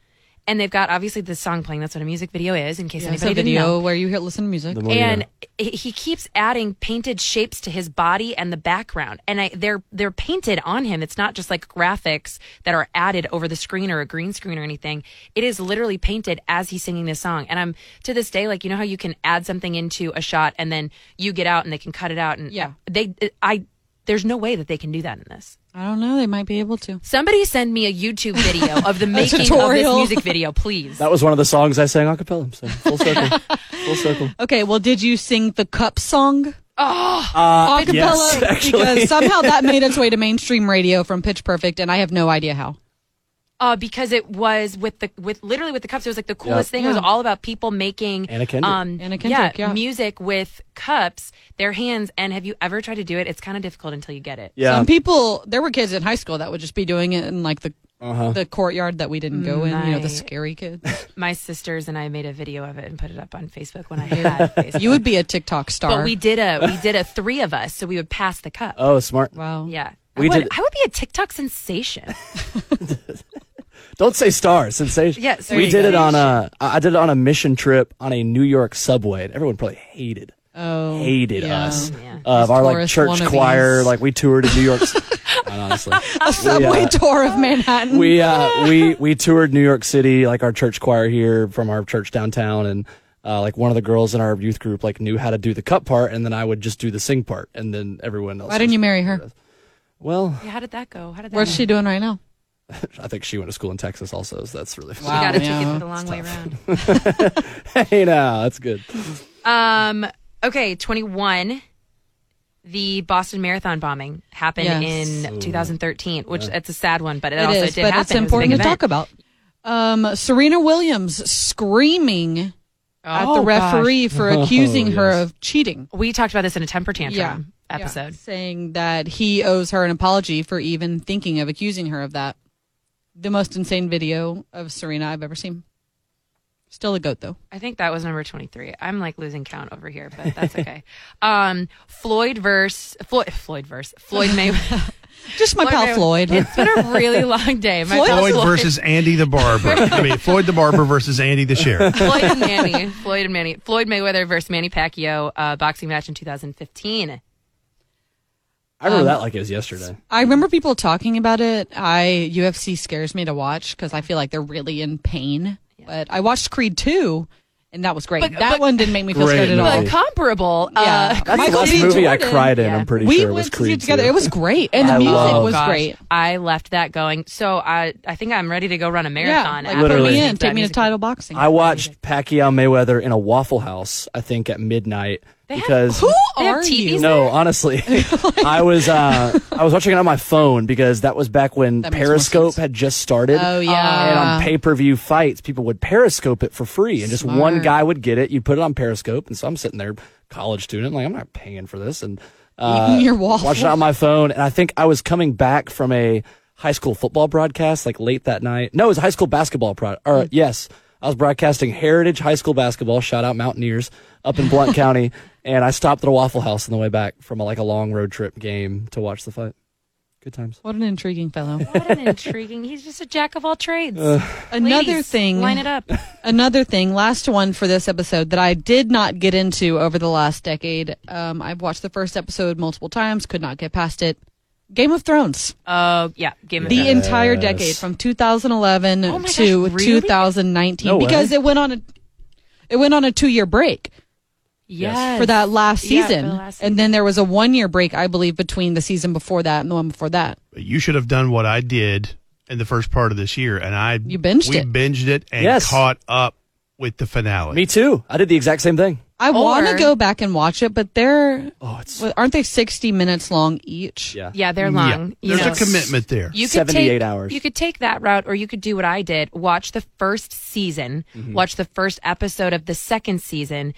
and they've got obviously the song playing. That's what a music video is, in case It's anybody a didn't video know. where you hear listen to music. The more you And know. he he keeps adding painted shapes to his body and the background, and I, they're they're painted on him. It's not just like graphics that are added over the screen or a green screen or anything. It is literally painted as he's singing this song. And I'm to this day like you know how you can add something into a shot and then you get out and they can cut it out and uh, Yeah. they I there's no way that they can do that in this. I don't know. They might be able to. Somebody send me a YouTube video of the making of this tutorial. music video, please. that was one of the songs I sang a cappella. So full circle, full circle. Okay. Well, did you sing the cup song? Ah, Uh, acapella? yes, actually. because somehow that made its way to mainstream radio from Pitch Perfect, and I have no idea how. Uh, because it was with the with literally with the cups. It was like the coolest thing. It was Yeah. all about people making Anna Kendrick. um, Anna Kendrick, yeah. music with cups, their hands. And have you ever tried to do it? It's kind of difficult until you get it. Yeah. Some people, there were kids in high school that would just be doing it in like the Uh-huh. the courtyard that we didn't go in. You know, My- the scary kids. My sisters and I made a video of it and put it up on Facebook when I had Facebook. you would be a TikTok star. but we did a we did a three of us, so we would pass the cup. oh, smart. wow. Yeah, We I would, did- I would be a TikTok sensation. Don't say star sensation. Yes, there we you did go. it on a. I I did it on a mission trip on a New York subway. and Everyone probably hated. Oh, hated yeah. us. Uh, Yeah. Of our like Taurus church wannabes. choir, like we toured in New York. Ci- Not honestly, A subway uh, tour of Manhattan. we uh, we we toured New York City, like our church choir here from our church downtown, and uh, like one of the girls in our youth group like knew how to do the cut part, and then I would just do the sing part, and then everyone else. Why didn't was- you marry her? Well, Yeah, how did that go? How did that What's go? she doing right now? I think she went to school in Texas also, so that's really You Wow, gotta yeah. take it the long way around. hey now, that's good. Um, okay, 21. The Boston Marathon bombing happened Yes. in 2013, which that's a sad one, but it, also is, did but happen. it's important it was a big to event. talk about. Um, Serena Williams screaming at Oh, the gosh. referee for accusing her of cheating. We talked about this in a temper tantrum Yeah. episode. saying that he owes her an apology for even thinking of accusing her of that. The most insane video of Serena I've ever seen. Still a goat though. I think that was number 23. I'm like losing count over here, but that's okay. um, Floyd verse Floyd Floyd verse Floyd Mayweather. Just my pal Floyd. It's been a really long day. My Floyd pal Floyd versus Andy the barber. I mean, Floyd the barber versus Andy the sheriff. Floyd and Manny. Floyd and Manny. Floyd Mayweather versus Manny Pacquiao uh, boxing match in 2015. I Um, remember that like it was yesterday. I remember people talking about it. I UFC scares me to watch because I feel like they're really in pain. But I watched Creed two, and that was great. that one didn't make me feel Great scared at movie. all. But comparable. Yeah. Uh, That's Michael the last B. movie I Jordan. cried in. Yeah. I'm pretty we sure it went was to see Creed it together. too. It was great, and the I music love- was gosh, great. I left that going. So I, I think I'm ready to go run a Yeah, marathon. like, after put Literally. me listening in, to that take me to music. title boxing. I watched Pacquiao Mayweather in a Waffle House. I think at midnight because Who They have are TVs you? no, honestly, I was uh, I was watching it on my phone because that was back when That makes more Periscope sense. had just started. Oh And yeah, on pay per view fights, people would Periscope it for free, and just one guy would get it. You put it on Periscope, and so I'm sitting there, college student, like I'm not paying for this, and uh, Eating your waffle. watching it on my phone. And I think I was coming back from a high school football broadcast, like late that night. No, it was a high school basketball. Pro- or yes, I was broadcasting Heritage High School basketball. Shout out Mountaineers up in Blunt County, and I stopped at a Waffle House on the way back from a, like a long road trip game to watch the fight. Good times. what an intriguing fellow. What an intriguing. He's just a jack of all trades. Another Ladies, thing. Line it up. Another thing, last one for this episode that I did not get into over the last decade. Um, I've watched the first episode multiple times, could not get past it. Game of Thrones, Uh, yeah, Game of the Thrones. entire decade from 2011 my gosh, to really? 2019, No way. because it went on a it went on a two year break Yes. for that last Yeah, for the season, last and then there was a one year break, I believe, between the season before that and the one before that. You should have done what I did in the first part of this year, and I You binged we it. binged it and Yes. caught up with the finale. Me too. I did the exact same thing. I want to Or- go back and watch it, but they're Oh, it's aren't they 60 minutes long each? yeah. Yeah, they're Yeah. long. you There's know. a commitment there. You could 78 take, hours. You could take that route, or you could do what I did: watch the first season, watch the first episode of the second season,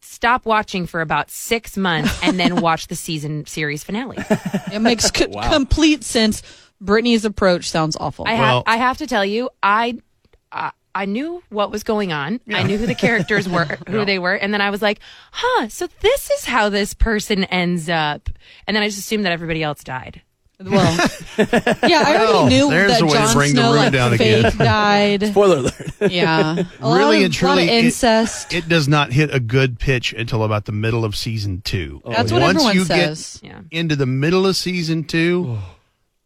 stop watching for about six months, and then watch the season series finale. It makes co- complete sense. Brittany's approach sounds awful. I Well- have, I have to tell you, I, I, I knew what was going on. I knew who the characters were, who they were, and then I was like, "Huh, so this is how this person ends up," and then I just assumed that everybody else died. well, yeah, I Well, already knew there's that a way to Jon bring the Snow room like down fake again. died. Spoiler alert. Yeah, a lot Really of- and lot truly, of it- incest. It does not hit a good pitch until about the middle of season two. Oh, That's what Once everyone you says. Yeah. Get into the middle of season two,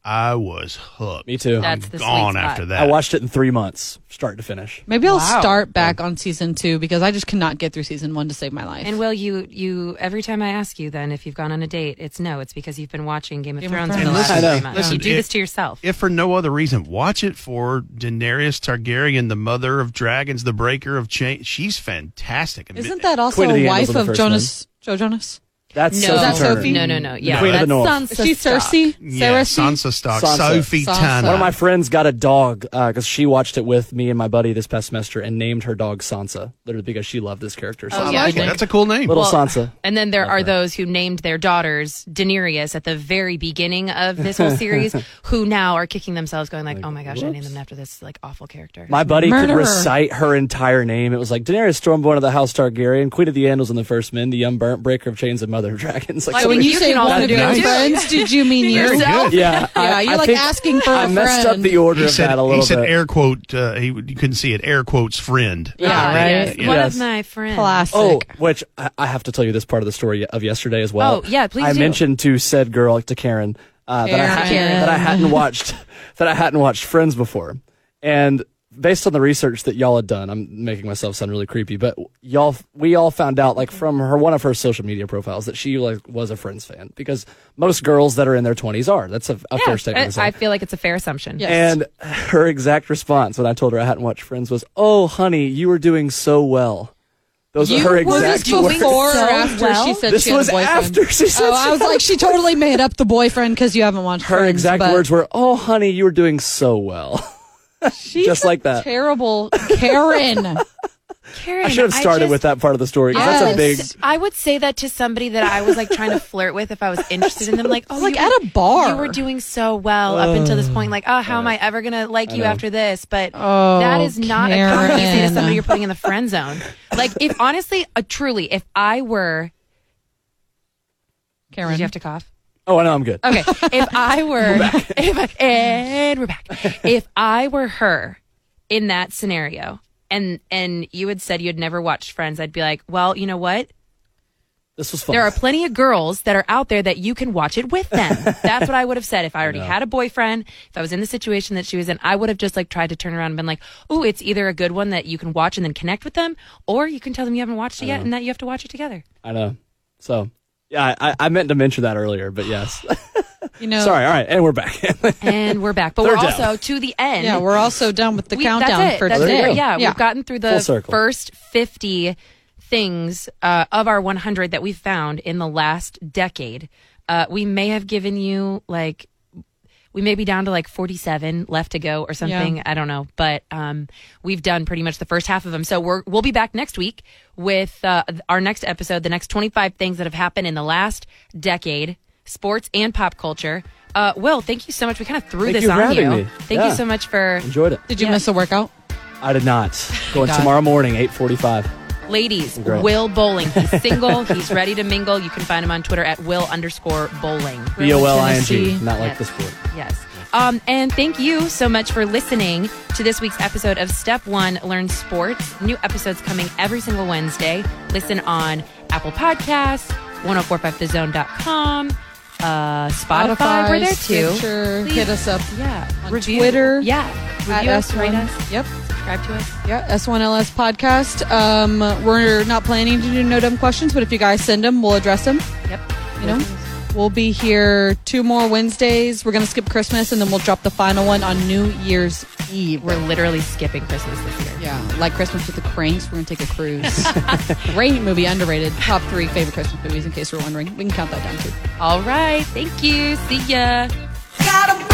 I was hooked. Oh. Me too. That's the sweet Gone spot. after that. I watched it in three months, start to finish. Maybe I'll start back on season two because I just cannot get through season one to save my life. And will you you every time I ask you then if you've gone on a date, it's no, it's because you've been watching Game of Game of Thrones for Thrones. the last I know. three months. Listen, you do it- this to yourself. if for no other reason, watch it for Daenerys Targaryen, the mother of dragons, the breaker of chain. She's fantastic. I mean, Isn't that also Queen of the a End was wife in the of first Jonas? Joe Jonas? That's no, Sophie that Turner. Sophie? no, no, no. Yeah, Queen of the that's North. Sansa Is she Stark. Cersei? Yeah, Cersei? Sansa Stark, Sansa. Sophie Sansa. Tanner. One of my friends got a dog because she watched it with me and my buddy this past semester and named her dog Sansa, literally because she loved this character. so Oh, I much. yeah. like it. That's a cool name. Little Well, Sansa. And then there are those who named their daughters Daenerys at the very beginning of this whole series, who now are kicking themselves, going like, "Oh my gosh, I named them after this like awful character." My buddy could Murderer. recite her entire name. It was like Daenerys Stormborn of the House Targaryen, Queen of the End was in the First Men, the Unburnt Breaker of Chains and Mother other dragons. Like Like so when many- you, You say can also one of do your it. friends, did you mean Very yourself? good. yeah, Yeah, you're like think asking for a I messed up friend. the order He of said, that a he little said bit. air quote, uh, he, you couldn't see it, air quotes friend. Ah, right. yes. Yeah. One Yes. of my friends. Classic. Oh, which I, I have to tell you this part of the story of yesterday as well. Oh, yeah, please I do. mentioned to said girl to Karen, uh, that I Karen. hadn't, that I hadn't watched that I hadn't watched Friends before, and based on the research that y'all had done, I'm making myself sound really creepy, but y'all we all found out like from her one of her social media profiles that she like was a Friends fan because most girls that are in their 20s are. That's a, a Yeah, fair statement. I- to say. I feel like it's a fair assumption. Yes. And her exact response when I told her I hadn't watched Friends was, "Oh, honey, you were doing so well." Those you are her was exact this doing words. before or so after she well? said This she had was a boyfriend? after she said Oh, she I was had- like, she totally made up the boyfriend because you haven't watched Her Friends, exact but words were, "Oh, honey, you were doing so well." She's just a like that. Terrible, Karen. Karen, I should have started just- with that part of the story 'cause I that's a would big. s- I would say that to somebody that I was like trying to flirt with if I was interested in them. Like, oh, Like, you at were- a bar. you were doing so well up until this point. Like, oh, how am I ever gonna like you after this? But Oh, that is not a courtesy to Karen. somebody you're putting in the friend zone. Like, if honestly, uh, truly, if I were, Karen. did you have to cough? Oh, I know I'm good. Okay, if I were, if I, and we're back. If I were her in that scenario, and and you had said you had never watched Friends, I'd be like, well, you know what? This was fun. There are plenty of girls that are out there that you can watch it with them. That's what I would have said if I already had a boyfriend, if I was in the situation that she was in, I would have just like tried to turn around and been like, "Ooh, it's either a good one that you can watch and then connect with them, or you can tell them you haven't watched it yet and that you have to watch it together." I know. So, yeah, I, I meant to mention that earlier, but yes. You know, Sorry. All right, and we're back. And we're back, but we're Third down. also to the end. Yeah, we're also done with the We- countdown that's it. for that's today. It. Yeah, yeah. we've gotten through Full the circle. first 50 things uh, of our 100 that we found in the last decade. Uh, we may have given you like we may be down to like 47 left to go or something. I don't know, but um, we've done pretty much the first half of them. So we're we'll be back next week with uh, our next episode, the next 25 things that have happened in the last decade, sports and pop culture. Uh, Will, thank you so much. We kind of threw Thank this you for on you. having me. Thank Yeah. you so much for Enjoyed it. Did you miss a workout? I did not. Going tomorrow morning, 8:45. Ladies, Congrats. Will Bowling. He's single. he's ready to mingle. You can find him on Twitter at Will underscore bowling. B O L I N G. Tennessee. Not like Yes. the sport. Yes. Um, and thank you so much for listening to this week's episode of Step One Learn Sports. New episodes coming every single Wednesday. Listen on Apple Podcasts, 1045thezone.com, uh, Spotify. We're there too. Stitcher, Please- hit us up Yeah. on Review. Twitter. Yeah. at Review us, S1. rate us, Yep. subscribe to us. Yeah, S1LS podcast. Um, we're not planning to do no dumb questions, but if you guys send them, we'll address them. Yep. You know, we'll be here two more Wednesdays. We're going to skip Christmas and then we'll drop the final one on New Year's Eve. We're literally skipping Christmas this year. yeah, like Christmas with the Cranks, we're going to take a cruise. Great movie, underrated. Top three favorite Christmas movies, in case you're wondering. We can count that down too. All right. Thank you. See ya. Got a